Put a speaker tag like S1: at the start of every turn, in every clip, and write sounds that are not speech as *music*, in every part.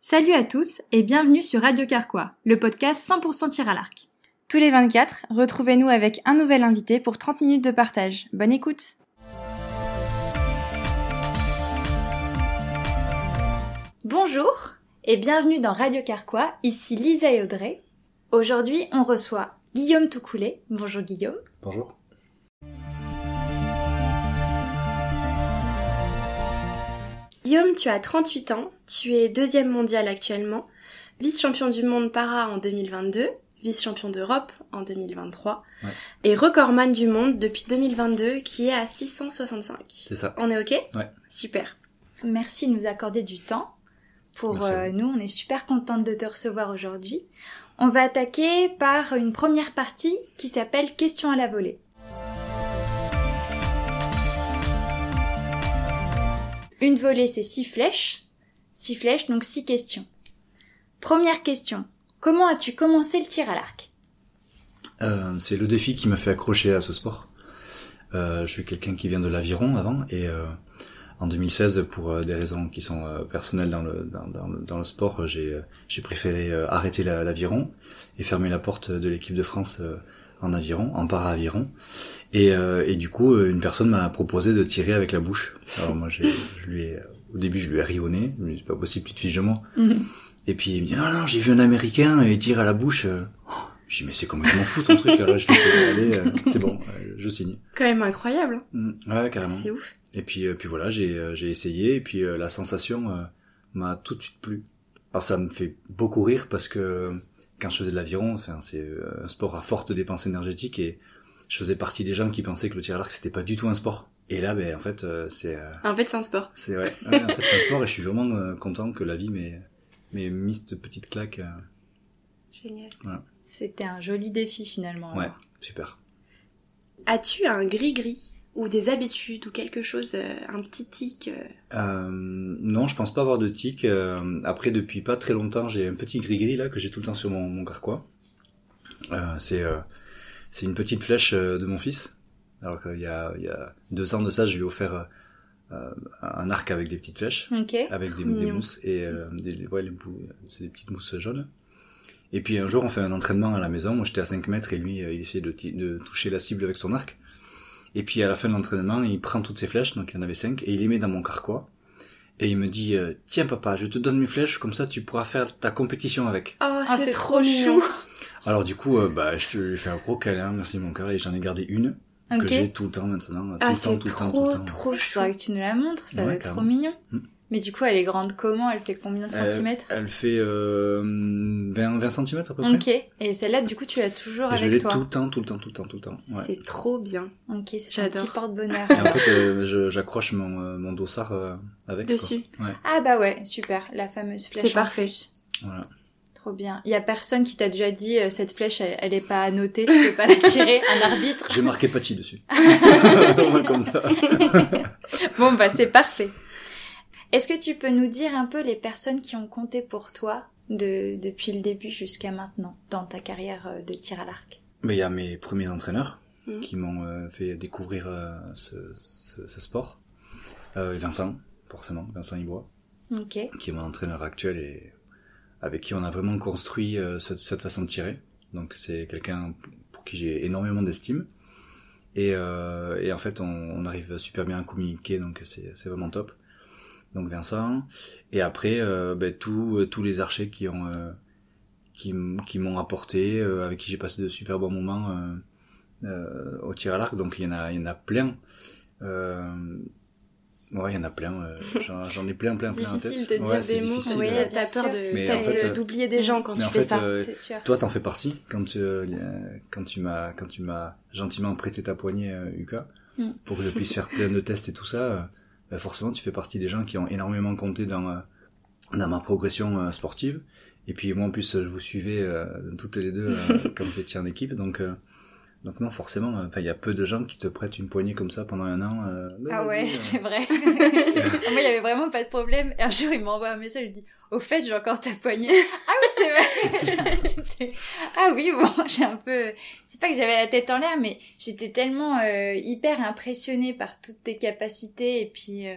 S1: Salut à tous et bienvenue sur Radio Carquois, le podcast 100% tir à l'arc.
S2: Tous les 24, retrouvez-nous avec un nouvel invité pour 30 minutes de partage. Bonne écoute
S1: Bonjour et bienvenue dans Radio Carquois, ici Lisa et Audrey. Aujourd'hui, on reçoit Guillaume Toucoulé. Bonjour Guillaume.
S3: Bonjour.
S4: Guillaume, tu as 38 ans, tu es deuxième mondial actuellement, vice-champion du monde para en 2022, vice-champion d'Europe en 2023
S3: Ouais.
S4: et recordman du monde depuis 2022 qui est à 665.
S3: C'est ça.
S4: On est OK
S3: Ouais.
S4: Super.
S1: Merci de nous accorder du temps. Pour
S3: Merci à
S1: euh, nous, on est super contente de te recevoir aujourd'hui. On va attaquer par une première partie qui s'appelle Questions à la volée. Une volée, c'est six flèches. Six flèches, donc six questions. Première question. Comment as-tu commencé le tir à l'arc
S3: Euh, c'est le défi qui m'a fait accrocher à ce sport. Euh, je suis quelqu'un qui vient de l'aviron avant et euh, en 2016, pour euh, des raisons qui sont euh, personnelles dans le, dans, dans le, dans le sport, euh, j'ai, euh, j'ai préféré euh, arrêter la- l'aviron et fermer la porte de l'équipe de France euh, en aviron, en para-aviron. Et, euh, et du coup, euh, une personne m'a proposé de tirer avec la bouche. Alors moi, j'ai, je lui ai, au début, je lui ai ri au nez. Je lui ai dit, C'est pas possible, tu te fiches de moi. Et puis il me dit non non j'ai vu un américain et il tire à la bouche. euh. Oh, je dis mais c'est complètement fou ton truc là je te fais aller euh, c'est bon euh, je signe.
S4: Quand même incroyable. hein.
S3: Mm, ouais carrément.
S4: C'est ouf.
S3: Et puis euh, puis voilà j'ai euh, j'ai essayé et puis euh, la sensation euh, m'a tout de suite plu. Alors ça me fait beaucoup rire parce que euh, quand je faisais de l'aviron enfin c'est euh, un sport à forte dépense énergétique et je faisais partie des gens qui pensaient que le tir à l'arc c'était pas du tout un sport. Et là ben en fait euh, c'est euh,
S4: En fait, c'est un sport.
S3: c'est ouais, ouais, en fait c'est un sport et je suis vraiment euh, content que la vie m'ait m'ait mis cette petite claque. euh,
S4: Génial.
S1: C'était un joli défi finalement. alors.
S3: Ouais, super.
S4: As-tu un gris-gris ou des habitudes ou quelque chose, euh, un petit tic euh,
S3: Euh, non, je pense pas avoir de tic. Euh, après, depuis pas très longtemps, j'ai un petit gris-gris là que j'ai tout le temps sur mon, mon carquois. Euh, c'est euh, c'est une petite flèche euh, de mon fils. Alors qu'il y a, il y a deux ans de ça, je lui ai offert euh, un arc avec des petites flèches.
S1: Ok.
S3: avec des,
S4: mignon.
S3: des mousses et euh, des, ouais, les bou- c'est des petites mousses jaunes. Et puis un jour, on fait un entraînement à la maison. Moi, j'étais à 5 mètres et lui, euh, il essayait de, ti- de toucher la cible avec son arc. Et puis à la fin de l'entraînement, il prend toutes ses flèches, donc il y en avait 5, et il les met dans mon carquois. Et il me dit, euh, tiens papa, je te donne mes flèches, comme ça tu pourras faire ta compétition avec.
S4: Oh,
S1: Ah,
S4: c'est
S1: c'est
S4: trop,
S1: trop
S4: chou.
S3: Alors du coup, euh, bah, je te lui ai fait un gros câlin, merci mon cœur, et j'en ai gardé une, que
S1: Ok.
S3: j'ai tout le temps maintenant. Tout
S4: Ah,
S3: le temps,
S4: c'est
S3: tout le temps, tout
S4: trop,
S3: le temps.
S4: trop chou.
S1: Faudrait que tu nous la montres, ça
S3: Ouais,
S1: va être
S3: carrément.
S1: trop mignon.
S3: Mm.
S1: Mais du coup, elle est grande comment Elle fait combien de
S3: Euh,
S1: centimètres
S3: Elle fait euh, 20, 20 cm à peu près.
S1: Ok. Et celle-là, du coup, tu l'as toujours
S3: Et je l'ai
S1: avec toi.
S3: tout le temps, tout le temps, tout le temps, tout le temps. Ouais.
S4: C'est trop bien.
S1: Ok, c'est un
S4: J'adore.
S1: petit
S3: *laughs*
S1: porte-bonheur.
S3: Et en fait, euh, je- j'accroche mon, euh, mon dossard euh, avec. quoi.
S4: Dessus.
S1: ah bah ouais, super. La fameuse flèche.
S4: C'est
S1: en
S4: parfait.
S1: plus.
S3: Voilà.
S1: Trop bien. Il y a personne qui t'a déjà dit euh, cette flèche, elle, elle est pas à noter, tu peux pas la tirer,
S3: *laughs*
S1: un arbitre.
S3: J'ai marqué
S1: *laughs*
S3: Pachi dessus. *laughs* Moi, comme ça.
S1: Bon bah c'est parfait. Est-ce que tu peux nous dire un peu les personnes qui ont compté pour toi de, depuis le début jusqu'à maintenant dans ta carrière euh, de tir à l'arc
S3: Mais il y a mes premiers entraîneurs
S1: Mm.
S4: Mhm.
S3: qui m'ont euh, fait découvrir euh, ce, ce- ce sport. Euh, Vincent, forcément, Vincent Ibois,
S1: Ok.
S3: qui est mon entraîneur actuel et avec qui on a vraiment construit euh, ce- cette façon de tirer. Donc c'est quelqu'un pour qui j'ai énormément d'estime. Et, euh, et en fait, on, on arrive super bien à communiquer, donc c'est c'est vraiment top. Donc Vincent. Et après, euh, ben, tous euh, tous les archers qui ont euh, qui, m- qui m'ont apporté, euh, avec qui j'ai passé de super bons moments euh, euh, au tir à l'arc. Donc il y en a il y en a plein. Euh, ouais, il y en a plein. euh, J'en j'en ai plein, plein, plein en tête.
S4: Difficile de dire
S3: Ouais, c'est
S4: des mots.
S3: difficile,
S1: oui.
S3: ouais.
S4: Ouais, T'as
S1: Bien
S4: peur
S1: sûr.
S3: Mais
S4: de-
S3: en
S4: t'as
S3: fait,
S4: peur
S3: euh,
S4: d'oublier des gens quand
S3: mais
S4: tu
S3: en
S4: fais
S3: fait,
S4: ça.
S3: euh,
S1: C'est sûr.
S3: Toi, t'en fais partie quand tu, euh, quand tu m'as quand tu m'as gentiment prêté ta poignée, euh, Uka,
S1: Mm.
S3: pour que je puisse faire plein de tests et tout ça. euh, bah forcément, tu fais partie des gens qui ont énormément compté dans euh, dans ma progression euh, sportive. Et puis moi, en plus, je vous suivais euh, toutes les deux
S1: *laughs*
S3: euh, quand vous étiez en équipe, donc. euh, donc non, forcément, euh, 'fin, il y a peu de gens qui te prêtent une poignée comme ça pendant un an. euh, Bah,
S1: Ah
S3: vas-y,
S1: ouais,
S3: euh.
S1: c'est vrai. Ah, Moi, il y avait vraiment pas de problème. Et un jour, il m'envoie un message, il dit "Au fait, j'ai encore ta poignée." ah oui, c'est vrai. J'étais- *laughs* ah oui, bon, j'ai un peu c'est pas que j'avais la tête en l'air, mais j'étais tellement euh, hyper impressionnée par toutes tes capacités et puis euh,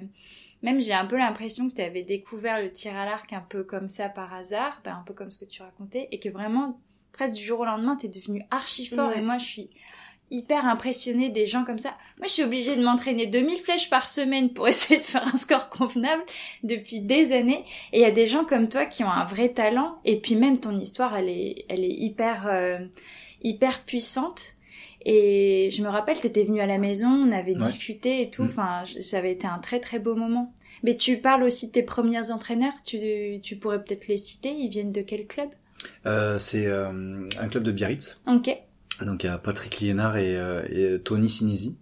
S1: Même j'ai un peu l'impression que tu avais découvert le tir à l'arc un peu comme ça par hasard, ben, un peu comme ce que tu racontais, et que vraiment, presque du jour au lendemain, t'es devenu archi fort.
S4: Ouais.
S1: Et moi, je suis hyper impressionnée des gens comme ça. Moi, je suis obligée de m'entraîner 2000 flèches par semaine pour *laughs* essayer de faire un score convenable depuis des années. Et il y a des gens comme toi qui ont un vrai talent. Et puis même ton histoire, elle est, elle est hyper, euh, hyper puissante. Et je me rappelle, t'étais venue à la maison, on avait
S3: Ouais.
S1: discuté et tout.
S3: Mm.
S1: Enfin, je- ça avait été un très très beau moment. Mais tu parles aussi de tes premiers entraîneurs. Tu, tu pourrais peut-être les citer. Ils viennent de quel club
S3: Euh, c'est euh, un club de Biarritz.
S1: Ok.
S3: Donc il y a Patrick Liénard et, euh, et Tony Sinisi.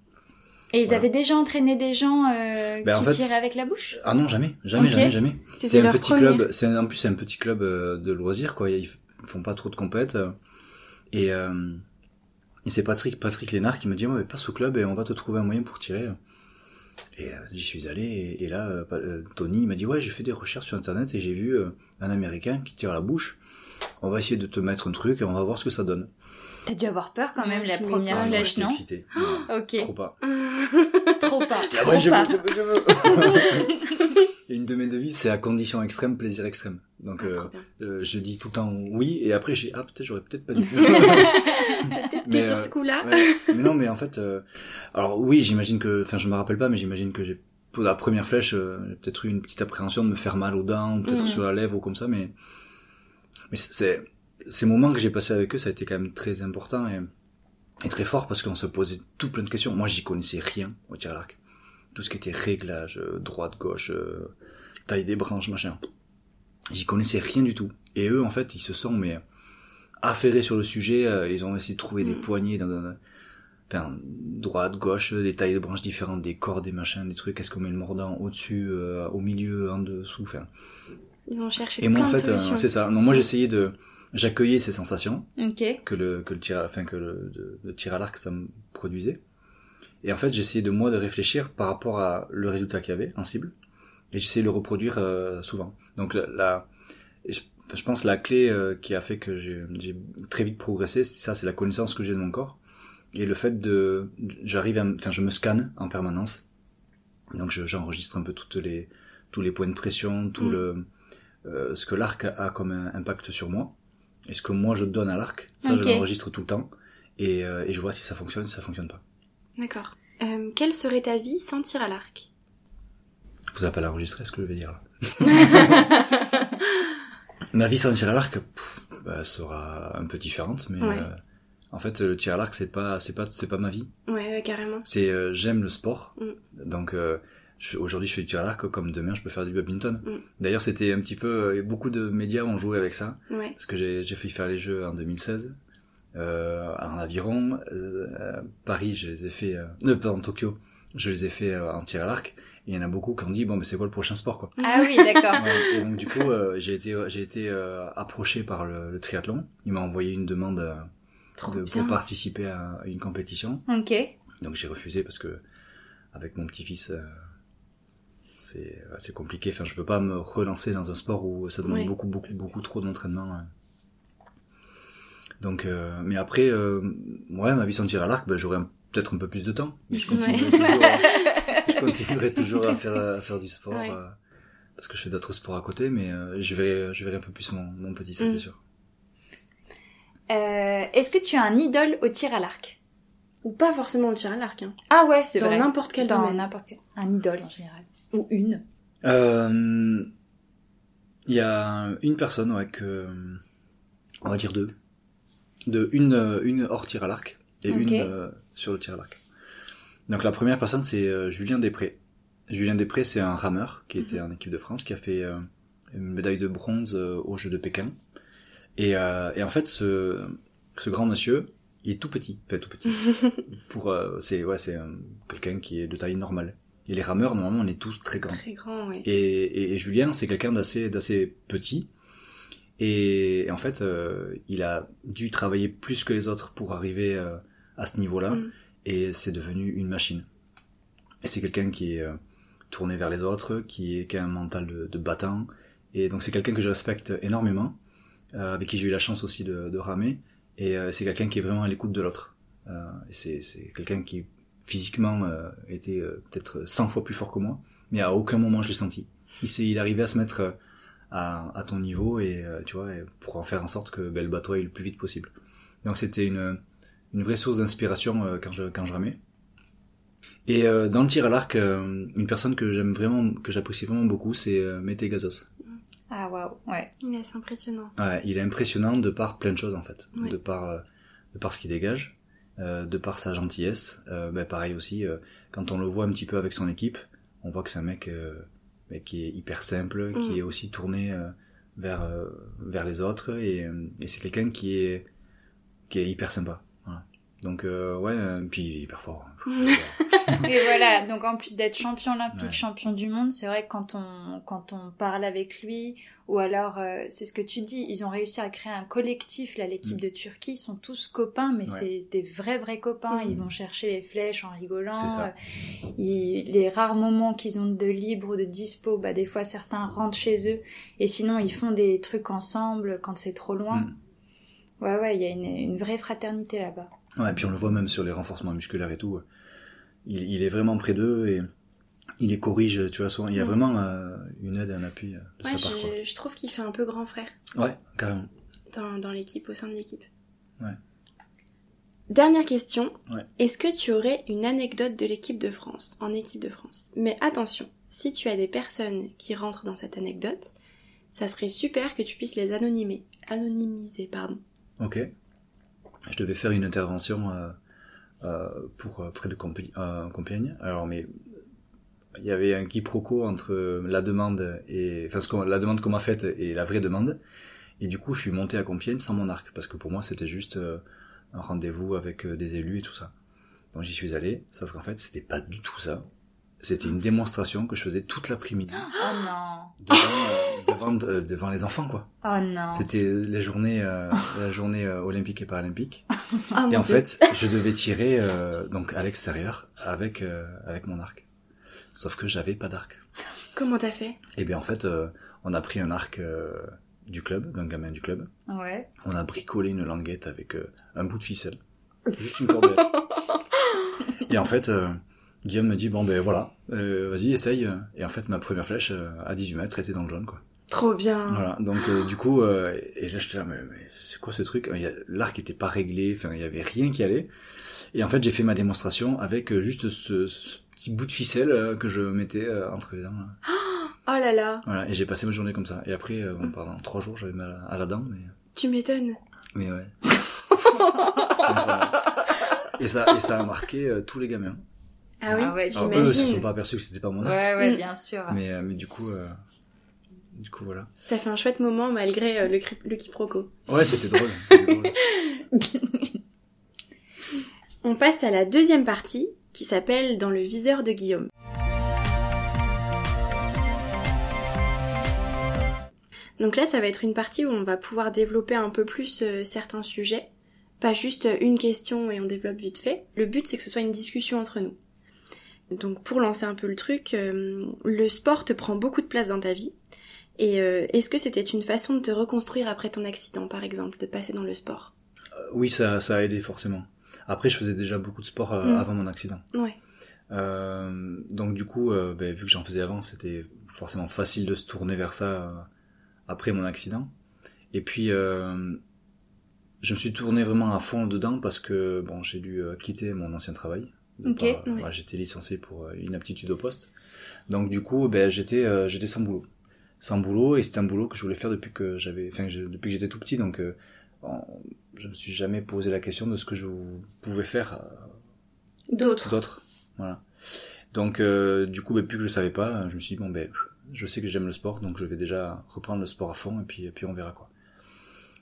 S1: Et ils
S3: Voilà.
S1: avaient déjà entraîné des gens euh,
S3: Ben,
S1: qui
S3: en fait,
S1: tiraient avec la bouche
S3: Ah non, jamais, jamais,
S1: Ok.
S3: jamais, jamais.
S2: C'était
S3: C'est un
S2: leur
S3: petit
S2: premier.
S3: club. C'est en plus c'est un petit club euh, de loisirs quoi. Ils f- font pas trop de compètes. euh, et euh, et c'est Patrick Patrick Lénard qui me dit ouais, mais passe au club et on va te trouver un moyen pour tirer. Et euh, j'y suis allé et, et là euh, pa- euh, Tony il m'a dit ouais j'ai fait des recherches sur internet et j'ai vu euh, un Américain qui tire à la bouche. On va essayer de te mettre un truc et on va voir ce que ça donne. Ah,
S1: T'as dû avoir peur quand même
S4: Ouais,
S1: la
S4: tu
S1: première
S4: m'étonnes.
S3: moi,
S1: flèche,
S3: j'étais
S1: non *gasps*
S3: excité. Ouais,
S1: Ok,
S3: Trop pas.
S1: trop pas.
S3: *laughs* Ah
S1: trop
S3: ouais, je veux,
S1: pas.
S3: je veux, je veux.
S1: *laughs*
S3: Et une de mes devises, c'est à condition extrême, plaisir extrême. Donc,
S4: Ah,
S3: euh,
S4: trop bien.
S3: euh, je dis tout le temps oui, et après, j'ai, ah, peut-être, j'aurais peut-être pas dit.
S4: Peut-être que
S3: Mais,
S4: sur
S3: euh,
S4: ce coup-là,
S3: Ouais. Mais non, mais en fait, euh, alors oui, j'imagine que, enfin, je me rappelle pas, mais j'imagine que j'ai, pour la première flèche, euh, j'ai peut-être eu une petite appréhension de me faire mal aux dents, ou peut-être
S1: Mhm.
S3: sur la lèvre, ou comme ça, mais, mais c'est- c'est, ces moments que j'ai passés avec eux, ça a été quand même très important et, et très fort parce qu'on se posait tout plein de questions. Moi, j'y connaissais rien au tir à l'arc. Tout ce qui était réglage, euh, droite, gauche, euh, taille des branches, machin. J'y connaissais rien du tout. Et eux, en fait, ils se sont, mais, affairés sur le sujet, euh, ils ont essayé de trouver des
S4: Mm.
S3: poignées dans, dans- enfin, droite, gauche, euh, des tailles de branches différentes, des cordes, des machins, des trucs, est-ce qu'on met le mordant au-dessus, euh, au milieu, en dessous, enfin.
S4: ils ont cherché
S3: Et moi,
S4: plein
S3: en fait,
S4: de
S3: euh,
S4: solutions.
S3: c'est ça. Non, moi, j'essayais de, j'accueillais ces sensations
S1: Ok,
S3: que le que le tir à, enfin que le, de- le tir à l'arc ça me produisait et en fait j'essayais de moi de réfléchir par rapport à le résultat qu'il y avait en cible et j'essayais de le reproduire euh, souvent donc la, la- et je, enfin, je pense la clé euh, qui a fait que j'ai j'ai très vite progressé c'est ça c'est la connaissance que j'ai de mon corps et le fait de j'arrive à me- enfin je me scanne en permanence donc je- j'enregistre un peu toutes les tous les points de pression tout
S4: Mm.
S3: le euh, ce que l'arc a, a comme un impact sur moi et ce que moi je donne à l'arc ça
S1: Ok.
S3: je l'enregistre tout le temps et, euh, et je vois si ça fonctionne si ça fonctionne pas
S4: D'accord. Euh, quelle serait ta vie sans tir à l'arc
S3: vous avez pas l'enregistrer ce que je vais dire là ma vie sans tir à l'arc pff, bah, sera un peu différente mais
S4: Ouais.
S3: euh, en fait le tir à l'arc c'est pas c'est pas c'est pas ma vie
S4: Ouais, ouais, carrément.
S3: c'est euh, j'aime le sport
S4: Mm.
S3: donc euh, je- Aujourd'hui, je fais du tir à l'arc, comme demain, je peux faire du badminton.
S4: Mm.
S3: D'ailleurs, c'était un petit peu. et Beaucoup de médias ont joué avec ça.
S4: Ouais.
S3: parce que j'ai j'ai failli faire les Jeux en 2016 euh, en aviron, euh, à Paris, je les ai fait, euh, euh, pardon, Tokyo, je les ai fait euh, en tir à l'arc. Et il y en a beaucoup qui ont dit bon, mais c'est quoi le prochain sport
S4: *laughs*
S3: quoi
S1: ah oui,
S3: *laughs*
S1: d'accord.
S3: Ouais, Et donc du coup, euh, j'ai été, j'ai été euh, approché par le, le triathlon. Il m'a envoyé une demande euh,
S4: Trop
S3: de,
S4: bien.
S3: pour participer à une compétition.
S1: Ok,
S3: Donc j'ai refusé parce que avec mon petit-fils, euh, c'est euh, c'est compliqué. Enfin, je veux pas me relancer dans un sport où ça demande
S4: Oui.
S3: beaucoup, beaucoup, beaucoup trop d'entraînement. hein. Donc, euh, mais après, euh, ouais, ma vie sans tir à l'arc, ben, j'aurais un- peut-être un peu plus de temps. Mais je
S4: Ouais.
S3: continuerai,
S4: *laughs*
S3: toujours, à, je continuerai toujours à faire, à faire du sport.
S4: Ouais.
S3: euh, parce que je fais d'autres sports à côté, mais euh, je verrai, je verrai un peu plus mon, mon petit, ça
S4: Mm.
S3: c'est sûr.
S1: Euh, est-ce que tu as un idole au tir à l'arc
S4: Ou pas forcément le tir à l'arc. Hein.
S1: Ah ouais, c'est
S4: Dans
S1: vrai.
S4: n'importe quel
S1: Dans
S4: domaine.
S1: n'importe quel. Un idole en général. Ou une.
S3: Euh, Il y a une personne, ouais, que. On va dire deux. De, une, euh, une hors tir à l'arc et
S1: Ok.
S3: une euh, sur le tir à l'arc. Donc la première personne, c'est euh, Julien Després. Julien Després, c'est un rameur qui était en équipe de France, qui a fait euh, une médaille de bronze euh, aux Jeux de Pékin. Et, euh, et en fait, ce, ce grand monsieur, il est tout petit. Enfin, tout petit. Pour, euh, c'est ouais, c'est euh, quelqu'un qui est de taille normale. Et les rameurs, normalement, on est tous très grands.
S4: Très grand, ouais.
S3: Et, et- et Julien, c'est quelqu'un d'assez d'assez petit. Et, et en fait, euh, il a dû travailler plus que les autres pour arriver euh, à ce niveau-là.
S4: Mm.
S3: Et c'est devenu une machine. Et c'est quelqu'un qui est euh, tourné vers les autres, qui, est, qui a un mental de, de battant. Et donc c'est quelqu'un que je respecte énormément, euh, avec qui j'ai eu la chance aussi de, de ramer. Et euh, c'est quelqu'un qui est vraiment à l'écoute de l'autre. Euh, et c'est c'est quelqu'un qui physiquement euh, était euh, peut-être 100 fois plus fort que moi mais à aucun moment je l'ai senti. Il, s'est- il arrivait à se mettre euh, à, à ton niveau et euh, tu vois, et pour en faire en sorte que ben, le bateau aille le plus vite possible. Donc c'était une, une vraie source d'inspiration euh, quand je quand je ramais. Et euh, dans le tir à l'arc, euh, une personne que j'aime vraiment, que j'apprécie vraiment beaucoup, c'est euh, Mete Gazos.
S1: Ah waouh, ouais.
S4: Mais c'est impressionnant.
S3: Ouais, il est impressionnant de par plein de choses en fait,
S4: Ouais.
S3: de par euh, de par ce qu'il dégage, euh, de par sa gentillesse. Euh, bah, pareil aussi, euh, quand on le voit un petit peu avec son équipe, on voit que c'est un mec euh, bah, qui est hyper simple,
S4: Mm.
S3: qui est aussi tourné euh, vers euh, vers les autres et, euh, et c'est quelqu'un qui est qui est hyper sympa. Voilà. Donc euh, ouais, euh, puis il est hyper fort.
S1: Mais voilà, donc en plus d'être champion olympique,
S3: Ouais.
S1: champion du monde, c'est vrai que quand on, quand on parle avec lui, ou alors, euh, c'est ce que tu dis, ils ont réussi à créer un collectif, là, l'équipe
S3: Mm.
S1: de Turquie, ils sont tous copains, mais
S3: Ouais.
S1: c'est des vrais, vrais copains,
S4: Mm.
S1: ils vont chercher les flèches en rigolant.
S3: C'est ça.
S1: Euh, ils- les rares moments qu'ils ont de libre ou de dispo, bah, des fois, certains rentrent chez eux, et sinon, ils font des trucs ensemble quand c'est trop loin.
S3: Mm.
S1: Ouais, ouais, il y a une, une vraie fraternité
S3: *gasps*
S1: là-bas.
S3: Ouais, puis on le voit même sur les renforcements musculaires et tout. euh, Il, il est vraiment près d'eux et il les corrige, tu vois, souvent. Il y a
S4: Mm.
S3: vraiment euh, une aide, un appui euh, de
S4: Ouais,
S3: sa part,
S4: je, je trouve qu'il fait un peu grand frère
S3: quoi. Ouais, carrément.
S4: dans, dans l'équipe, au sein de l'équipe.
S3: Ouais.
S4: Dernière question.
S3: Ouais.
S4: Est-ce que tu aurais une anecdote de l'équipe de France, en équipe de France Mais attention, si tu as des personnes qui rentrent dans cette anecdote, ça serait super que tu puisses les anonymer. Anonymiser, pardon.
S3: Ok. Je devais faire une intervention euh, euh, pour euh, près de Compi- euh, Compiègne. Alors, mais il y avait un quiproquo entre la demande et enfin ce qu'on- la demande qu'on m'a faite et la vraie demande. Et du coup, je suis monté à Compiègne sans mon arc parce que pour moi, c'était juste euh, un rendez-vous avec euh, des élus et tout ça. Donc j'y suis allé, sauf qu'en fait, c'était pas du tout ça. C'était une démonstration que je faisais toute l'après-midi
S1: Oh non.
S3: devant, euh, devant, euh, devant les enfants quoi.
S1: Oh non.
S3: C'était la journée
S4: *laughs*
S3: euh, la journée euh, olympique et paralympique.
S4: *laughs* Ah,
S3: Et
S4: mon Dieu.
S3: en fait, je devais tirer euh, donc à l'extérieur avec euh, avec mon arc. Sauf que j'avais pas d'arc.
S4: Comment t'as fait
S3: Et bien en fait, euh, on a pris un arc euh, du club, d'un gamin du club.
S1: Ouais.
S3: On a bricolé une languette avec euh, un bout de ficelle, juste
S4: *laughs*
S3: une cordelette. et en fait, euh, Guillaume me dit bon ben voilà, euh, vas-y essaye. Et en fait, ma première flèche euh, à 18 mètres était dans le jaune quoi.
S4: Trop bien.
S3: Voilà, donc euh, du coup, euh, et là j'étais là, mais, mais c'est quoi ce truc Il y a- L'arc était pas réglé, enfin il y avait rien qui allait. Et en fait, j'ai fait ma démonstration avec euh, juste ce, ce petit bout de ficelle euh, que je mettais euh, entre les dents. là.
S4: Oh là là,
S3: Voilà, et j'ai passé ma journée comme ça. Et après, euh, bon, pendant trois jours, j'avais mal à la dent, mais,
S4: tu m'étonnes.
S3: mais ouais. C'était infernal. et ça, et ça a marqué euh, tous les gamins.
S4: Ah oui,
S1: Ah ouais,
S3: Alors, eux, ils se
S4: j'imagine.
S3: sont pas aperçus que c'était pas mon arc,
S1: Ouais, ouais,
S4: Mm.
S1: bien sûr.
S3: mais, euh, mais du coup, euh, du coup voilà.
S4: Ça fait un chouette moment malgré euh, le, cri- le quiproquo.
S3: Ouais, c'était drôle. c'était drôle.
S4: On passe à la deuxième partie qui s'appelle Dans le viseur de Guillaume. Donc là, ça va être une partie où on va pouvoir développer un peu plus euh, certains sujets, pas juste euh, une question et on développe vite fait. Le but, c'est que ce soit une discussion entre nous. Donc pour lancer un peu le truc, euh, le sport te prend beaucoup de place dans ta vie. Et euh, est-ce que c'était une façon de te reconstruire après ton accident, par exemple, de passer dans le sport
S3: Oui, ça, ça a aidé forcément. Après, je faisais déjà beaucoup de sport euh,
S4: Mm.
S3: avant mon accident.
S4: Ouais.
S3: Euh, donc du coup, euh, ben, vu que j'en faisais avant, c'était forcément facile de se tourner vers ça euh, après mon accident. Et puis, euh, je me suis tourné vraiment à fond dedans parce que bon, j'ai dû euh, quitter mon ancien travail. De
S1: Ok,
S3: par-
S4: ouais.
S3: moi, j'étais licencié pour euh, inaptitude au poste. Donc du coup, ben, j'étais euh, j'étais sans boulot, sans boulot, et c'était un boulot que je voulais faire depuis que j'avais, enfin, je- depuis que j'étais tout petit. Donc, euh, en- je me suis jamais posé la question de ce que je pouvais faire euh,
S4: D'autres.
S3: d'autres. Voilà. Donc, euh, du coup, ben, plus que je savais pas, euh, je me suis dit, bon, ben, je sais que j'aime le sport, donc je vais déjà reprendre le sport à fond, et puis, et puis on verra quoi.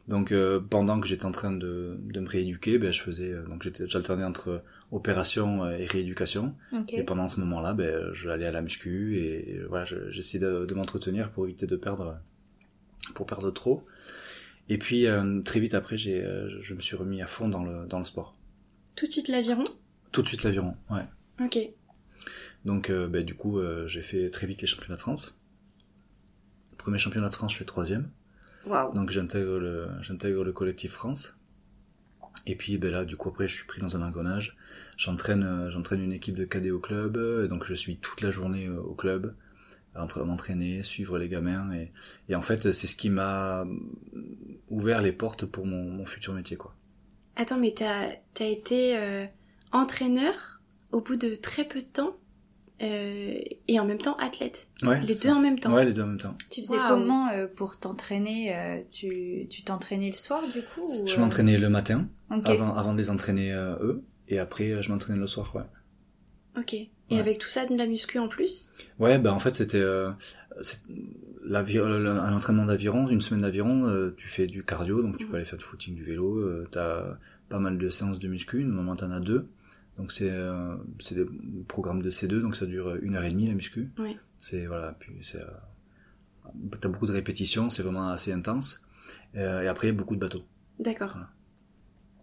S3: Donc, euh, pendant que j'étais en train de, de me rééduquer, ben, je faisais, euh, donc j'étais- j'alternais entre opération euh, et rééducation.
S1: Ok.
S3: Et pendant ce moment-là, ben, je allais à la muscu, et, et voilà, je- j'essayais de, de m'entretenir pour éviter de perdre, pour perdre trop. Et puis, euh, très vite après, j'ai, euh, je- je me suis remis à fond dans le, dans le sport.
S4: Tout de suite l'aviron
S3: Tout de suite l'aviron, ouais.
S4: Ok.
S3: Donc, euh, bah, du coup, euh, j'ai fait très vite les championnats de France. Premier championnat de France, je fais troisième.
S4: Waouh.
S3: Donc, j'intègre le, j'intègre le collectif France. Et puis ben là, du coup après, je suis pris dans un engrenage. J'entraîne, euh, j'entraîne une équipe de cadets au club, euh, et donc je suis toute la journée euh, au club, en train de m'entraîner, suivre les gamins, et, et en fait, c'est ce qui m'a ouvert les portes pour mon, mon futur métier, quoi.
S4: Attends, mais t'as as été euh, entraîneur au bout de très peu de temps euh, et en même temps athlète.
S3: Ouais.
S4: les deux
S3: c'est ça.
S4: en même temps.
S3: Ouais, les deux en même temps.
S1: Tu faisais
S4: Waouh.
S1: comment euh, pour t'entraîner euh, Tu tu t'entraînais le soir du coup ou,
S3: Je
S1: euh,
S3: m'entraînais le matin,
S1: ok.
S3: avant, avant de les entraîner euh, eux, et après, euh, je m'entraînais le soir, ouais.
S4: Ok. Et
S3: Ouais.
S4: avec tout ça, de la muscu en plus
S3: Ouais, bah en fait c'était euh, c'est- l'avi- euh, le- le- un entraînement d'aviron, une semaine d'aviron, euh, tu fais du cardio, donc tu peux aller faire du footing, du vélo, euh, t'as pas mal de séances de muscu, normalement t'en as deux, donc c'est euh, c'est des programmes de C2, donc ça dure une heure et demie la muscu.
S4: Ouais.
S3: C'est voilà, puis c'est euh, t'as beaucoup de répétitions, c'est vraiment assez intense, Euh, et après beaucoup de bateaux.
S4: D'accord.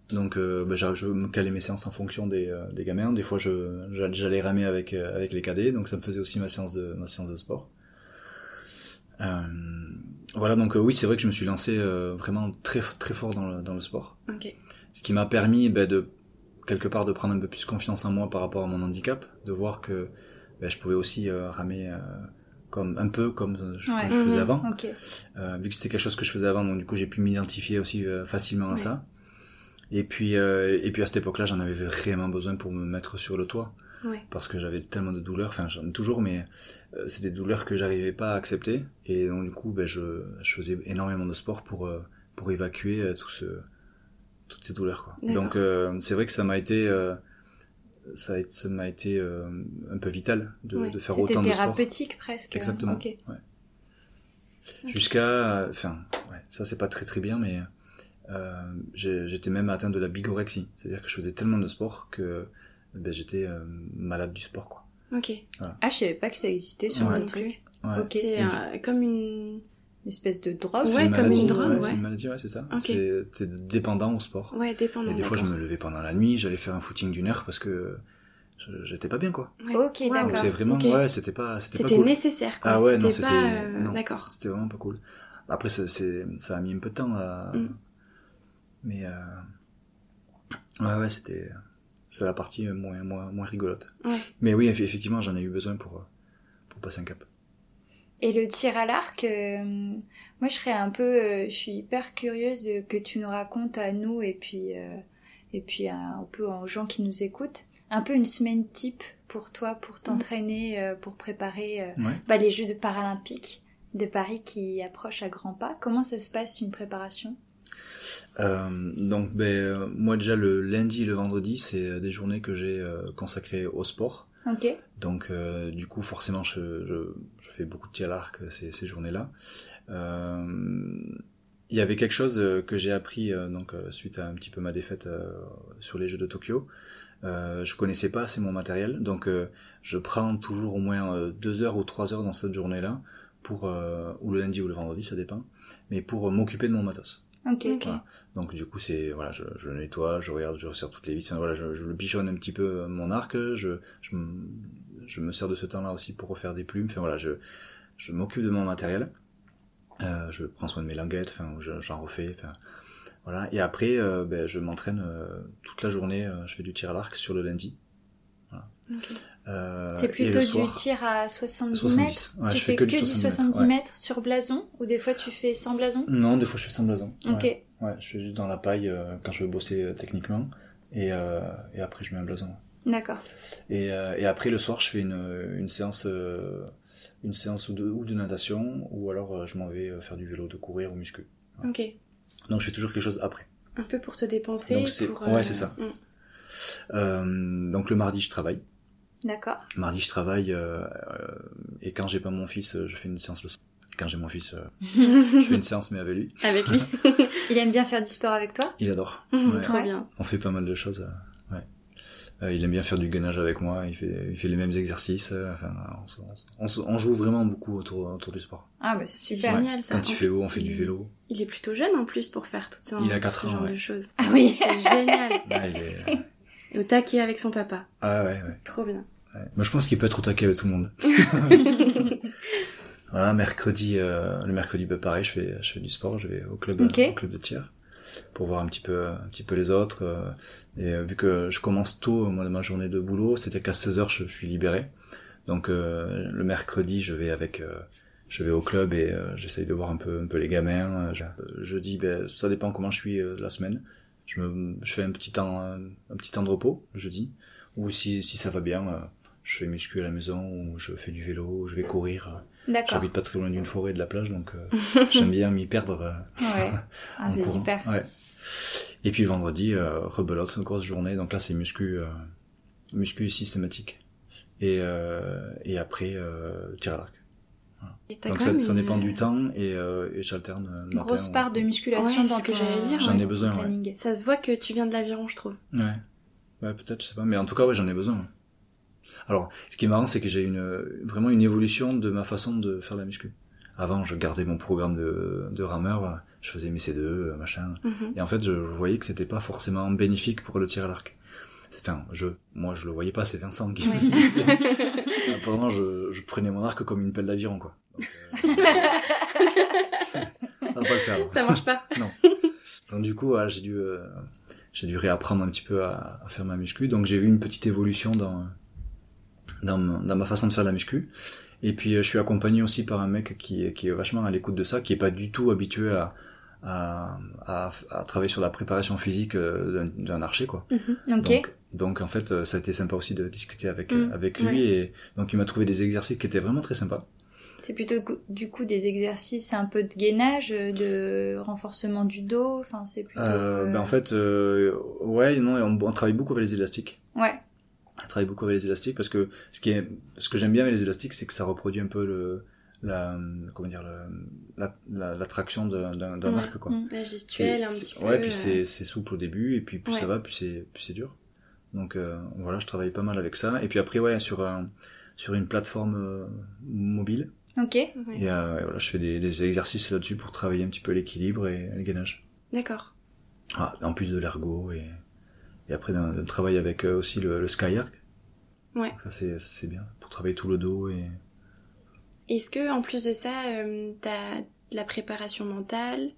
S3: Donc euh, bah, j'a- je me calais mes séances en fonction des, euh, des gamins. Des fois, je j'a- j'allais ramer avec euh, avec les cadets, donc ça me faisait aussi ma séance de ma séance de sport. Euh, voilà, donc euh, oui, c'est vrai que je me suis lancé euh, vraiment très très fort dans le dans le sport,
S4: Ok.
S3: ce qui m'a permis bah, de quelque part de prendre un peu plus confiance en moi par rapport à mon handicap, de voir que bah, je pouvais aussi euh, ramer euh, comme un peu comme euh, je,
S1: Ouais.
S3: je faisais
S4: Mhm.
S3: avant.
S1: Ok.
S3: Euh, vu que c'était quelque chose que je faisais avant, donc du coup j'ai pu m'identifier aussi euh, facilement à
S4: Ouais.
S3: ça. Et puis euh, et puis à cette époque-là, j'en avais vraiment besoin pour me mettre sur le toit
S4: Ouais.
S3: parce que j'avais tellement de douleurs, enfin j'en ai toujours, mais euh, c'est des douleurs que j'arrivais pas à accepter et donc du coup ben, je, je faisais énormément de sport pour euh, pour évacuer euh, tout ce toutes ces douleurs quoi.
S4: D'accord.
S3: Donc euh, c'est vrai que ça m'a été euh, ça a été- ça m'a été euh, un peu vital de,
S4: Ouais.
S3: de faire
S1: C'était
S3: autant de sport
S1: thérapeutique presque. hein.
S3: Exactement.
S1: Ok.
S3: jusqu'à enfin ouais, ça c'est pas très très bien mais euh, j'ai- j'étais même atteint de la bigorexie c'est à dire que je faisais tellement de sport que ben, j'étais euh, malade du sport quoi
S4: Ok.
S1: Ah, je savais pas que ça existait sur
S3: Ouais.
S1: le
S4: Non plus.
S1: truc.
S3: ouais.
S1: Ok.
S4: C'est
S3: Et-
S4: euh, comme une.
S1: Une espèce de drogue.
S3: C'est
S4: Ouais, comme
S3: maladie,
S4: une drogue,
S3: c'est
S4: ouais.
S3: une maladie ouais c'est ça
S4: Ok.
S3: c'est t'es dépendant au sport
S4: Ouais, dépendant.
S3: et des fois je
S4: d'accord.
S3: me levais pendant la nuit j'allais faire un footing d'une heure parce que je- j'étais pas bien quoi
S1: Ok,
S4: Ouais. Waouh.
S3: donc
S1: d'accord.
S3: c'est vraiment
S4: Ok.
S3: ouais c'était pas c'était pas
S4: C'était
S3: cool
S4: nécessaire, quoi.
S3: Ah ouais, non,
S4: c'était pas.
S3: c'était-
S4: euh,
S3: non.
S4: D'accord.
S3: C'était vraiment pas cool. Après, ça, c'est- ça a mis un peu de temps à.
S4: Mm.
S3: Mais. euh, Ouais, ouais, c'était. C'est la partie euh, moins, moins, moins rigolote.
S4: Ouais.
S3: Mais oui, eff- effectivement, j'en ai eu besoin pour, euh, pour passer un cap.
S1: Et le tir à l'arc, euh, moi je serais un peu, euh, je suis hyper curieuse de- que tu nous racontes à nous et puis euh, et puis à- un peu aux gens qui nous écoutent, un peu une semaine type pour toi, pour t'entraîner, euh, pour préparer euh,
S3: Ouais.
S1: bah, les Jeux de paralympiques de Paris qui approchent à grands pas. Comment ça se passe une préparation
S3: Euh, donc, ben, euh, moi, déjà, le lundi et le vendredi, c'est euh, des journées que j'ai euh, consacrées au sport.
S1: Ok.
S3: Donc, euh, du coup, forcément, je, je, je fais beaucoup de tir à l'arc euh, ces, ces journées-là. Euh, il y avait quelque chose euh, que j'ai appris euh, donc euh, suite à un petit peu ma défaite euh, sur les Jeux de Tokyo. Euh, je connaissais pas assez mon matériel, donc euh, je prends toujours au moins euh, deux heures ou trois heures dans cette journée-là pour euh, ou le lundi ou le vendredi, ça dépend, mais pour euh, m'occuper de mon matos.
S1: Ok.
S4: Ok.
S3: Voilà. Donc du coup c'est voilà je, je nettoie, je regarde, je resserre toutes les vis, Enfin, voilà je, je le bichonne un petit peu euh, mon arc, je je, me- je me sers de ce temps-là aussi pour refaire des plumes. Enfin voilà je je m'occupe de mon matériel, Euh, je prends soin de mes languettes, enfin je- j'en refais, enfin voilà et après euh, ben, je m'entraîne euh, toute la journée, euh, je fais du tir à l'arc sur le lundi. Voilà.
S4: Ok.
S3: Euh,
S1: C'est
S3: et le
S1: plutôt du
S3: soir-
S1: tir à 70,
S3: 70.
S1: mètres.
S3: Ouais,
S1: tu
S3: je fais
S1: que, du 70,
S3: ouais.
S1: mètres sur blason ou des fois tu fais sans blason
S3: Non des fois je fais sans blason.
S1: Ok.
S3: Ouais. Ouais, je fais juste dans la paille euh, quand je veux bosser euh, techniquement. Et, euh, et après, je mets un blason.
S1: D'accord.
S3: Et, euh, et après, le soir, je fais une, une séance, euh, une séance ou, de, ou de natation, ou alors euh, je m'en vais euh, faire du vélo, de courir ou muscu.
S4: Ok.
S3: Donc, je fais toujours quelque chose après.
S4: Un peu pour te dépenser.
S3: Donc c'est-
S4: pour,
S3: ouais, c'est ça.
S4: mm.
S3: Euh, donc, le mardi, je travaille.
S1: D'accord.
S3: Mardi, je travaille. euh, euh, et quand j'ai pas mon fils, euh, je fais une séance le soir. Quand j'ai mon fils, euh, je fais une séance, mais avec lui.
S4: Avec *laughs* lui.
S1: Il aime bien faire du sport avec toi
S3: Il adore. Ouais.
S4: Trop bien.
S3: On fait pas mal de choses. euh, ouais. Euh, il aime bien faire du gainage avec moi. Il fait, il fait les mêmes exercices. euh, enfin, on, se- on se- on se- on joue vraiment beaucoup autour, autour du sport.
S1: Ah bah c'est
S4: C'est
S1: super.
S4: génial ça.
S3: Quand il fait haut, on fait du
S4: il-
S3: vélo.
S4: Il est plutôt jeune en plus pour faire tout ce,
S3: Il a
S4: tout
S3: quatre
S4: ce
S3: ans,
S4: genre
S3: ouais.
S4: de choses.
S1: Ah oui.
S4: C'est
S3: *laughs*
S4: génial.
S3: Là, il est...
S4: Au taquet avec son papa.
S3: Ah ouais, ouais.
S4: Trop bien.
S3: ouais. Moi, je pense qu'il peut être au taquet avec tout le monde. voilà, mercredi, euh, le mercredi, bah, pareil, je fais, je fais du sport. Je vais au club,
S1: Ok.
S3: euh, au club de tir. pour voir un petit peu, un petit peu les autres. euh, Et euh, vu que je commence tôt, moi, ma journée de boulot, c'était qu'à 16 heures, je, je suis libéré. Donc euh, le mercredi, je vais avec, euh, je vais au club et euh, j'essaye de voir un peu, un peu les gamins. Euh, Je, jeudi, ben, ça dépend comment je suis euh, la semaine. Je me, je fais un petit temps, euh, un petit temps de repos le jeudi. Ou si, si ça va bien, euh, je fais muscu à la maison ou je fais du vélo, ou je vais courir.
S1: D'accord.
S3: J'habite pas très loin d'une forêt et de la plage, donc euh, j'aime bien m'y perdre. euh, *laughs*
S1: Ouais. Ah,
S3: en
S1: c'est
S3: courant.
S1: super.
S3: Ouais. Et puis le vendredi, euh, rebelote, une grosse journée. Donc là, c'est muscu, euh, muscu systématique. Et, euh, et après, euh, tir à l'arc.
S4: Et t'as
S3: Donc
S4: quand
S3: ça,
S4: même
S3: ça
S4: une-
S3: dépend du temps et, euh, et j'alterne euh, le matin.
S1: Grosse
S3: ou-
S1: part de musculation
S4: Ouais, c'est
S1: dans
S4: ce que
S1: ton-
S4: j'allais dire,
S3: J'en ai
S1: dans ton
S3: besoin, ouais.
S1: planning.
S4: Ça se voit que tu viens de l'aviron, je trouve.
S3: Ouais. Ouais, peut-être, je sais pas. Mais en tout cas, ouais, j'en ai besoin. ouais. Alors, ce qui est marrant, c'est que j'ai une, vraiment une évolution de ma façon de faire de la muscu. Avant, je gardais mon programme de, de rameur, je faisais mes C2, euh, machin.
S4: Mhm.
S3: Et en fait, je voyais que c'était pas forcément bénéfique pour le tir à l'arc. C'est, enfin, je, moi, je le voyais pas, c'est Vincent qui me le disait. Apparemment, je, je prenais mon arc comme une pelle d'aviron, quoi. Donc, euh, on va pas le faire. hein.
S4: Ça marche pas.
S3: Donc du coup, voilà, j'ai dû, euh, j'ai dû réapprendre un petit peu à, à faire ma muscu. Donc j'ai vu une petite évolution dans, dans, mon- dans ma façon de faire la muscu. Et puis euh, je suis accompagné aussi par un mec qui, est- qui est vachement à l'écoute de ça, qui est pas du tout habitué à, à, à, à travailler sur la préparation physique euh, d'un d'un archer, quoi.
S1: Ok.
S3: Donc, donc, en fait, euh, ça a été sympa aussi de discuter avec,
S4: Mm,
S3: avec lui.
S4: ouais.
S3: Et donc il m'a trouvé des exercices qui étaient vraiment très sympas.
S1: C'est plutôt cou- du coup des exercices un peu de gainage, euh, de renforcement du dos. Enfin, c'est plutôt.
S3: Euh,
S1: euh,
S3: ben, en fait, euh, ouais, non, on, on travaille beaucoup avec les élastiques.
S1: Ouais.
S3: Je travaille beaucoup avec les élastiques parce que ce qui est ce que j'aime bien avec les élastiques c'est que ça reproduit un peu le la comment dire le, la, la, la traction d'un- d'un d'un
S4: Ouais.
S3: arc quoi.
S1: Mm.
S4: La gestuelle, un
S3: C'est-
S4: petit
S3: c'est-
S4: peu.
S3: Ouais, puis
S4: euh,
S3: c'est c'est souple au début et puis plus ça
S4: Ouais.
S3: va plus c'est plus c'est dur. Donc euh, voilà, je travaille pas mal avec ça et puis après ouais sur un sur une plateforme euh, mobile
S1: Ok.
S4: ouais.
S3: et, euh, et voilà, je fais des, des exercices là-dessus pour travailler un petit peu l'équilibre et le gainage.
S4: D'accord.
S3: Ah, en plus de l'ergo et et après d'un d'un travail avec euh, aussi le, le sky arc.
S4: Ouais.
S3: Ça c'est c'est bien pour travailler tout le dos et
S4: Est-ce que, en plus de ça, euh, t'as de la préparation mentale,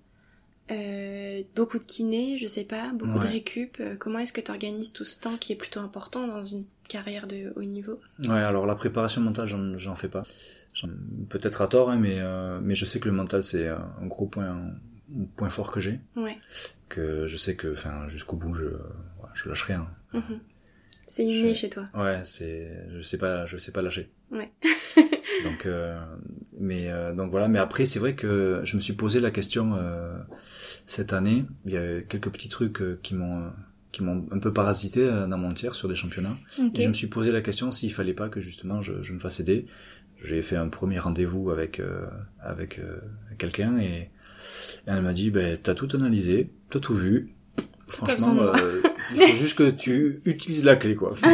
S4: euh, beaucoup de kiné, je sais pas, beaucoup de
S3: Ouais.
S4: récup. euh, comment est-ce que t'organises tout ce temps qui est plutôt important dans une carrière de haut niveau
S3: Ouais, alors la préparation mentale, j'en, j'en fais pas. J'en- Peut-être à tort, hein, mais, euh, mais je sais que le mental, c'est euh, un gros point, un point fort que j'ai.
S4: Ouais.
S3: Que je sais que enfin, jusqu'au bout, je, ouais, je lâche rien.
S4: Mhm. C'est inné
S3: Je-
S4: chez toi.
S3: Ouais, c'est, je sais pas, je sais pas lâcher.
S4: Ouais. *laughs*
S3: donc, euh, mais euh, donc voilà. Mais après, c'est vrai que je me suis posé la question euh, cette année. Il y a quelques petits trucs euh, qui m'ont, qui m'ont un peu parasité euh, dans mon tiers sur des championnats.
S1: Ok.
S3: Et je me suis posé la question s'il fallait pas que justement je, je me fasse aider. J'ai fait un premier rendez-vous avec euh, avec euh, quelqu'un et, et elle m'a dit ben t'as tout analysé, t'as tout vu.
S4: besoin de
S3: Franchement,
S4: moi.
S3: euh, il faut juste que tu utilises la
S4: *laughs*
S3: clé quoi.
S1: En fait,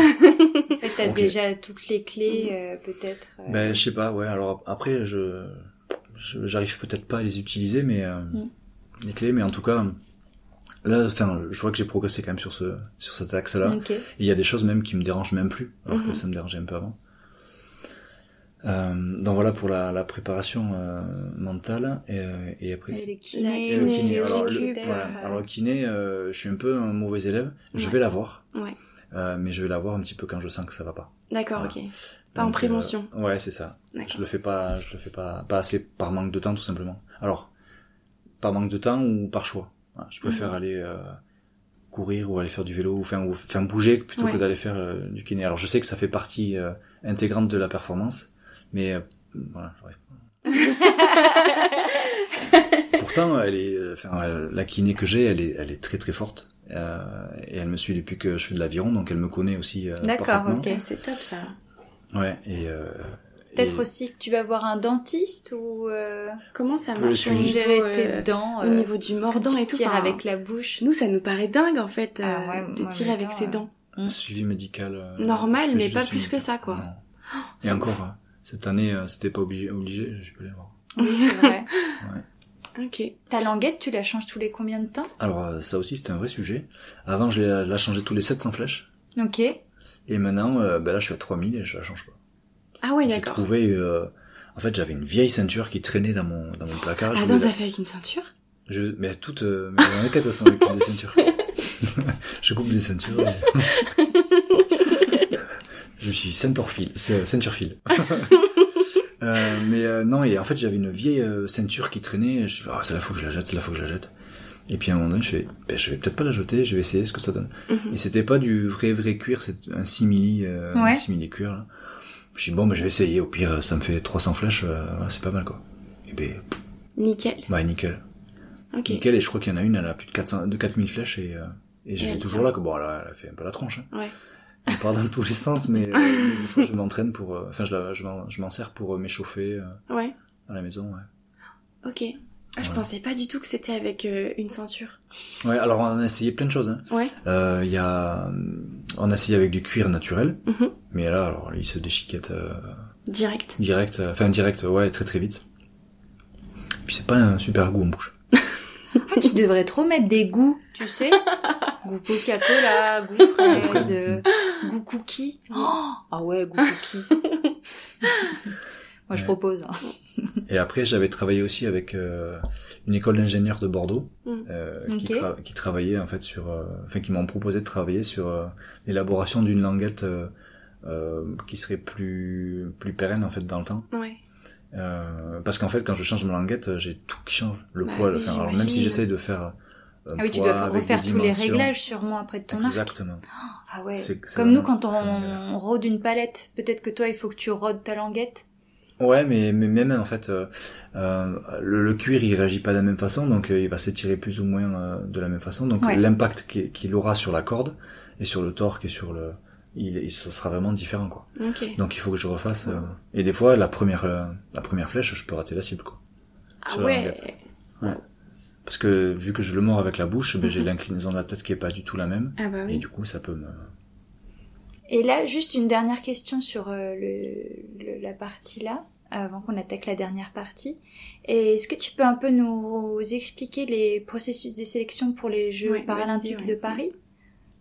S1: t'as
S3: Ok.
S1: déjà toutes les clés, euh, peut-être. euh,
S3: Ben je sais pas ouais. Alors après je je- j'arrive peut-être pas à les utiliser mais euh,
S1: Mm.
S3: les clés mais en tout cas là enfin je vois que j'ai progressé quand même sur ce sur cet axe là.
S1: Ok.
S3: Et il y a des choses même qui me dérangent même plus, alors
S4: Mhm.
S3: que ça me dérangeait un peu avant. Euh, donc voilà pour la, la préparation euh, mentale et, euh, et après.
S1: Et les
S4: La
S1: kinés,
S3: Et
S4: kiné,
S3: le kiné.
S4: le
S3: Alors, le,
S4: récup,
S1: peut-être,
S3: voilà.
S1: euh,
S3: Alors, le kiné, euh, je suis un peu un mauvais élève. Je
S4: Ouais.
S3: vais l'avoir,
S4: Ouais.
S3: euh, mais je vais l'avoir un petit peu quand je sens que ça va pas.
S4: D'accord,
S3: Voilà.
S4: ok. Pas en
S3: Donc, euh,
S4: prévention.
S3: ouais, c'est ça. Je
S4: D'accord.
S3: le fais pas, je le fais pas, pas assez par manque de temps tout simplement. Alors, par manque de temps ou par choix. Voilà, Je
S1: Mhm.
S3: préfère aller euh, courir ou aller faire du vélo ou faire, ou faire bouger plutôt
S4: Ouais.
S3: que d'aller faire euh, du kiné. Alors je sais que ça fait partie euh, intégrante de la performance, mais euh, voilà. j'arrive
S1: *laughs*
S3: pas. Pourtant, elle est, euh, enfin, euh, la kiné que j'ai, elle est, elle est très très forte. Euh, et elle me suit depuis que je fais de l'aviron, donc elle me connaît aussi. euh,
S1: D'accord,
S3: parfaitement.
S1: ok.
S4: Ah, c'est top ça.
S3: Ouais. Et euh,
S1: Peut-être
S3: et-
S1: aussi que tu vas voir un dentiste ou euh,
S4: Comment ça
S3: Pour le
S4: marche au
S3: suivi.
S4: niveau,
S1: gérer
S4: euh,
S1: tes dents.
S4: au niveau du mordant et tout
S1: Tire
S4: enfin,
S1: avec la
S4: *laughs*
S1: bouche.
S4: Nous, ça nous paraît dingue en fait
S1: Ah
S4: euh,
S1: ouais,
S4: de
S1: moi,
S4: tirer
S1: mes
S4: avec
S1: dents,
S4: ses
S1: euh,
S4: dents.
S3: suivi médical. euh,
S4: Mmh. Normal,
S3: parce que
S4: mais
S3: je
S4: pas
S3: suis
S4: plus que
S3: médical.
S4: ça, quoi.
S3: Non.
S4: c'est
S3: Et encore, euh, cette année, euh, c'était pas obligé, obligé, je peux les voir.
S1: Oui, c'est vrai.
S4: Ok.
S1: Ta languette, tu la changes tous les combien de temps
S3: Alors euh, ça aussi, c'était un vrai sujet. Avant, je l'ai- je la changeais tous les 700 flèches.
S1: Ok.
S3: Et maintenant, euh, ben là, je suis à 3000 et je la change pas.
S4: Ah ouais,
S3: J'ai
S4: d'accord.
S3: trouvé... euh, en fait, j'avais une vieille ceinture qui traînait dans mon, dans mon placard. Je
S4: Attends,
S3: voulais la-
S4: ça fait avec une ceinture
S3: Je, mais toutes euh, mes journées de toute façon avec des ceintures. je coupe des ceintures. et- je suis ceinturefil, c'est- ceinturefil. Euh, mais euh, non, et en fait j'avais une vieille euh, ceinture qui traînait. et Je me suis dit, Ah, c'est la fois que je la jette, c'est la fois que je la jette. Et puis à un moment donné, je fais, ben, je vais peut-être pas la jeter, je vais essayer ce que ça donne.
S4: Mhm.
S3: Et c'était pas du vrai vrai cuir, c'est un simili, euh, un
S1: Ouais.
S3: simili cuir. Là. Je dis bon, ben, je vais essayer. Au pire, ça me fait 300 flèches, euh, voilà, c'est pas mal quoi. Et ben, pff,
S4: Nickel.
S3: ouais, nickel.
S4: Ok.
S3: Nickel, et je crois qu'il y en a une, elle a plus de, 400, de 4000 flèches, et, euh, et je
S4: Et
S3: l'ai
S4: elle
S3: toujours
S4: tient.
S3: là, que bon, elle a, elle a fait un peu la tronche. Hein.
S4: Ouais.
S3: Elle part dans tous les sens,
S4: *laughs*
S3: mais euh, mais des fois, je m'entraîne pour, euh, enfin, je la- je m'en je m'en sers pour euh, m'échauffer euh,
S4: Ouais.
S3: à la maison, ouais.
S4: Ok. Ah, je
S3: Voilà.
S4: pensais pas du tout que c'était avec euh, une ceinture.
S3: Ouais, alors on a essayé plein de choses, hein.
S4: Ouais.
S3: Euh, Il y a, euh, on a essayé avec du cuir naturel,
S4: Mhm.
S3: mais là, alors, il se déchiquette euh,
S4: Direct.
S3: direct, euh, enfin, direct, ouais, très très vite. Puis c'est pas un super goût en bouche.
S1: Ah, tu devrais trop mettre des goûts, tu sais. goût Coca-Cola, goût fraise, euh, goût cookie. Oh, ah ouais, goût cookie. Moi, je
S3: Ouais.
S1: propose. hein.
S3: Et après, j'avais travaillé aussi avec euh, une école d'ingénieurs de Bordeaux
S4: Mm.
S3: euh, qui,
S1: Mmh. Ok.
S3: tra- qui travaillait en fait sur, euh, enfin qui m'ont proposé de travailler sur euh, l'élaboration d'une languette euh, euh, qui serait plus plus pérenne en fait dans le temps.
S4: Ouais.
S3: Euh, parce qu'en fait, quand je change ma languette, j'ai tout qui change, le
S4: Bah
S3: poil.
S4: oui,
S3: Enfin, alors même si
S4: j'imagine.
S3: j'essaye de faire un
S1: Ah oui, tu
S3: poids
S1: dois faire-
S3: avec des
S1: refaire tous les
S3: dimensions-
S1: réglages sûrement après de ton arc.
S3: Exactement.
S1: Ah ouais.
S3: C'est- c'est
S1: Comme nous,
S3: vraiment-
S1: quand on,
S3: c'est euh, vraiment galère.
S1: on rôde une palette, peut-être que toi, il faut que tu rôdes ta languette.
S3: Ouais, mais, mais même en fait, euh, euh, le, le cuir il réagit pas de la même façon, donc euh, il va s'étirer plus ou moins euh, de la même façon. Donc
S1: Ouais.
S3: l'impact qu'il qu'il aura sur la corde et sur le torque et sur le, il, il- ça sera vraiment différent quoi.
S4: Ok.
S3: Donc il faut que je refasse. euh, et des fois la première, euh, la première flèche, je peux rater la cible quoi,
S4: Ah
S3: sur la
S4: ouais.
S3: languette. parce que vu que je le mords avec la bouche, ben, j'ai l'inclinaison de la tête qui est pas du tout la même,
S4: Mhm. Ah bah
S3: et
S4: oui.
S3: du coup ça peut me.
S1: Et là, juste une dernière question sur euh, le, le- la partie là, avant qu'on attaque la dernière partie. Et est-ce que tu peux un peu nous expliquer les processus des sélections pour les Jeux
S4: Ouais, bonne
S1: paralympiques
S4: idée,
S1: de
S4: ouais.
S1: Paris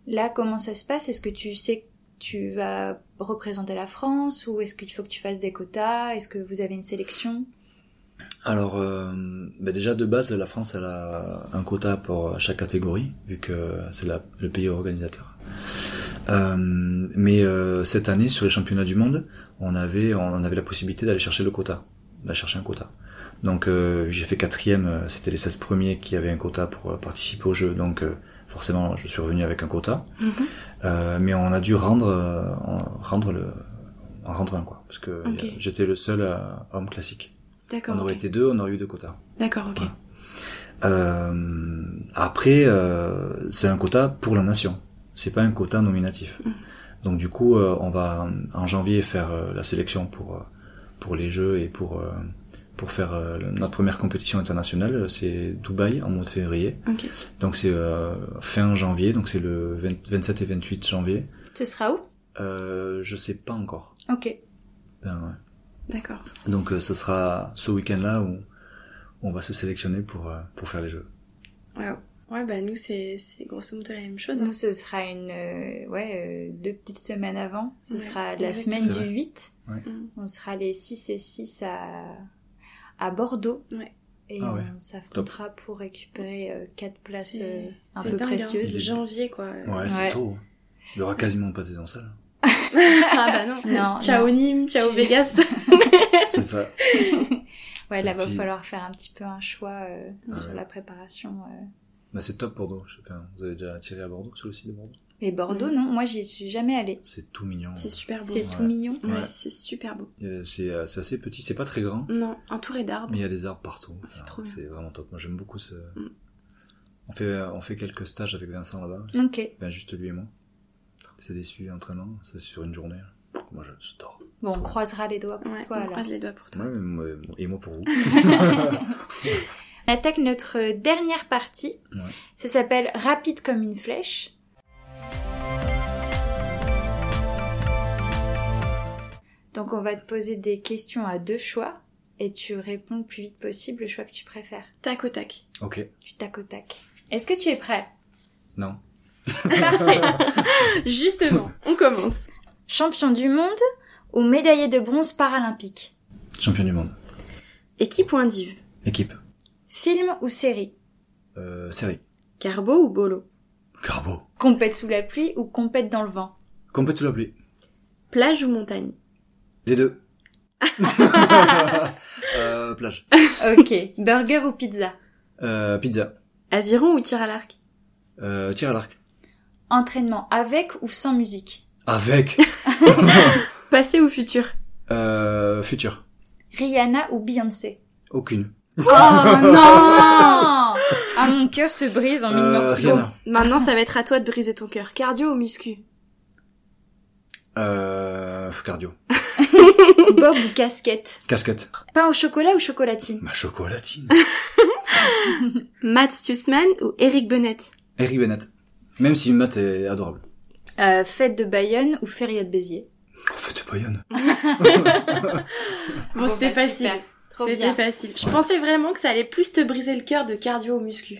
S1: Là, comment ça se passe Est-ce que tu sais que tu vas représenter la France ou est-ce qu'il faut que tu fasses des quotas Est-ce que vous avez une sélection
S3: Alors, euh, ben déjà de base, la France elle a un quota pour chaque catégorie, vu que c'est la- le pays organisateur. Euh, mais euh, cette année, sur les championnats du monde, on avait, on avait la possibilité d'aller chercher le quota, d'aller chercher un quota. Donc euh, j'ai fait quatrième, euh, c'était les 16 premiers qui avaient un quota pour euh, participer au jeu, donc euh, forcément je suis revenu avec un quota.
S4: Mhm.
S3: Euh, mais on a dû rendre, euh, en- rendre le, en rendre un quoi, parce que
S4: Ok.
S3: j'étais le seul euh, homme classique.
S4: D'accord.
S3: On aurait
S4: ok.
S3: été deux, on aurait eu deux quotas.
S4: D'accord. Ok.
S3: Ouais. Euh, après, euh, c'est un quota pour la nation. C'est pas un quota nominatif.
S4: Mhm.
S3: Donc du coup, euh, on va en janvier faire euh, la sélection pour euh, pour les Jeux et pour euh, pour faire euh, notre première compétition internationale. C'est Dubaï en mois de février.
S4: Ok.
S3: Donc c'est euh, fin janvier. Donc c'est le 20 27 et 28 janvier.
S1: Ce sera où
S3: Euh, je sais pas encore.
S1: Ok.
S3: Ben, ouais.
S4: D'accord.
S3: Donc euh, ce sera ce week-end-là où on va se sélectionner pour euh, pour faire les Jeux.
S4: Waouh. Ouais bah nous c'est c'est grosso modo la même chose. hein.
S1: Nous, ce sera une, euh, ouais, euh, deux petites semaines avant. Ce
S4: Ouais,
S1: sera la
S4: exactement.
S1: semaine
S3: C'est
S1: du
S3: vrai.
S1: 8.
S3: Ouais.
S4: Mm.
S1: On sera les 6 et 6 à, à Bordeaux.
S4: Ouais.
S1: Et
S3: Ah ouais.
S1: on s'affrontera pour récupérer euh, quatre places euh,
S4: C'est
S1: un
S4: c'est
S1: peu
S4: dingue, hein.
S1: précieuses.
S3: Il est-
S4: Janvier quoi.
S3: Ouais, c'est
S1: Ouais.
S3: tôt. hein. Il y aura quasiment pas de saison salle.
S4: *laughs* ah bah non.
S1: Non,
S4: Ciao
S1: non.
S4: Nîmes, ciao
S1: Tu- *laughs*
S4: Vegas.
S3: C'est ça.
S1: Ouais, là, va
S3: Parce qu'il-
S1: falloir faire un petit peu un choix euh,
S3: Ah
S1: sur
S3: ouais.
S1: la préparation. euh.
S3: Bah, c'est top Bordeaux. Je sais pas, vous avez déjà tiré à Bordeaux, sur le site de Bordeaux
S1: Mais Bordeaux,
S4: Mm.
S1: non, moi, j'y suis jamais allée.
S3: C'est tout mignon.
S4: C'est super beau.
S1: C'est tout
S3: Ouais.
S1: mignon.
S4: Ouais,
S3: Ouais.
S4: c'est super beau.
S3: Euh, C'est euh, c'est assez petit, c'est pas très grand,
S4: Non, entouré d'arbres.
S3: mais il y a des arbres partout.
S4: C'est
S3: Alors,
S4: trop bien.
S3: C'est vraiment top. Moi j'aime beaucoup ce.
S4: Mm.
S3: On fait, euh, on fait quelques stages avec Vincent là-bas.
S1: Ok.
S3: Ben, juste lui et moi. C'est des suivis d'entraînement, c'est sur une journée. Moi je, je dors.
S1: Bon, on croisera les doigts pour
S4: Ouais,
S1: toi,
S4: on
S1: alors.
S4: croise les doigts pour toi.
S3: Ouais, mais moi- euh, et moi pour vous. *laughs*
S1: On attaque notre dernière partie.
S3: Ouais.
S1: Ça s'appelle Rapide comme une flèche. Donc on va te poser des questions à deux choix et tu réponds le plus vite possible le choix que tu préfères.
S4: Tac au tac.
S3: ok.
S1: Du tac au tac. Est-ce que tu es prêt
S3: Non. *laughs*
S1: Parfait.
S4: Justement, on commence.
S1: Champion du monde ou médaillé de bronze paralympique
S3: Champion du monde.
S4: Équipe ou indiv
S3: Équipe.
S1: Film ou série
S3: euh, série.
S4: Carbo ou bolo
S3: Carbo.
S1: Compète sous la pluie ou compète dans le vent
S3: Compète tout l'appeler.
S4: Plage ou montagne
S3: Les deux. euh, plage.
S1: Ok. *laughs* Burger ou pizza
S3: Euh, pizza.
S4: Aviron ou tir à l'arc
S3: Euh, tir à l'arc.
S1: Entraînement avec ou sans musique
S3: Avec.
S4: Passé ou futur
S3: euh, futur.
S1: Rihanna ou Beyoncé
S3: Aucune.
S1: Oh non Ah mon cœur se brise en mille
S3: Euh,
S1: morceaux.
S3: Rihanna.
S4: Maintenant, ça va être à toi de briser ton cœur. Cardio ou muscu
S3: Euh, cardio.
S1: Bob ou casquette
S3: Casquette.
S1: Pain au chocolat ou chocolatine
S3: Ma chocolatine.
S4: Matt Stussman ou Eric Bennett
S3: Eric Bennett. Même si Matt est adorable.
S1: euh, Fête de Bayonne ou férié de Béziers
S3: En fait, c'est Bayonne.
S4: Bon, c'était
S1: bah,
S4: facile.
S1: super. Trop
S4: C'était
S1: bien.
S4: facile. Je pensais vraiment que ça allait plus te briser le cœur de cardio ou muscu.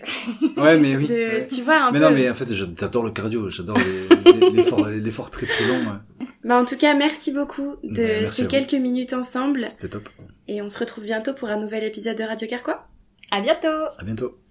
S3: Ouais, mais oui.
S4: De-
S3: ouais.
S4: Tu vois, un
S3: Mais
S4: peu.
S3: non, mais en fait, j'adore le cardio. J'adore les- les- l'effort l'effort très très long. ouais.
S4: Bah, en tout cas, merci beaucoup de
S3: Bah, merci à
S4: ces
S3: vous.
S4: quelques minutes ensemble.
S3: C'était top.
S4: Et on se retrouve bientôt pour un nouvel épisode de Radio Carquois.
S1: À bientôt
S3: À bientôt.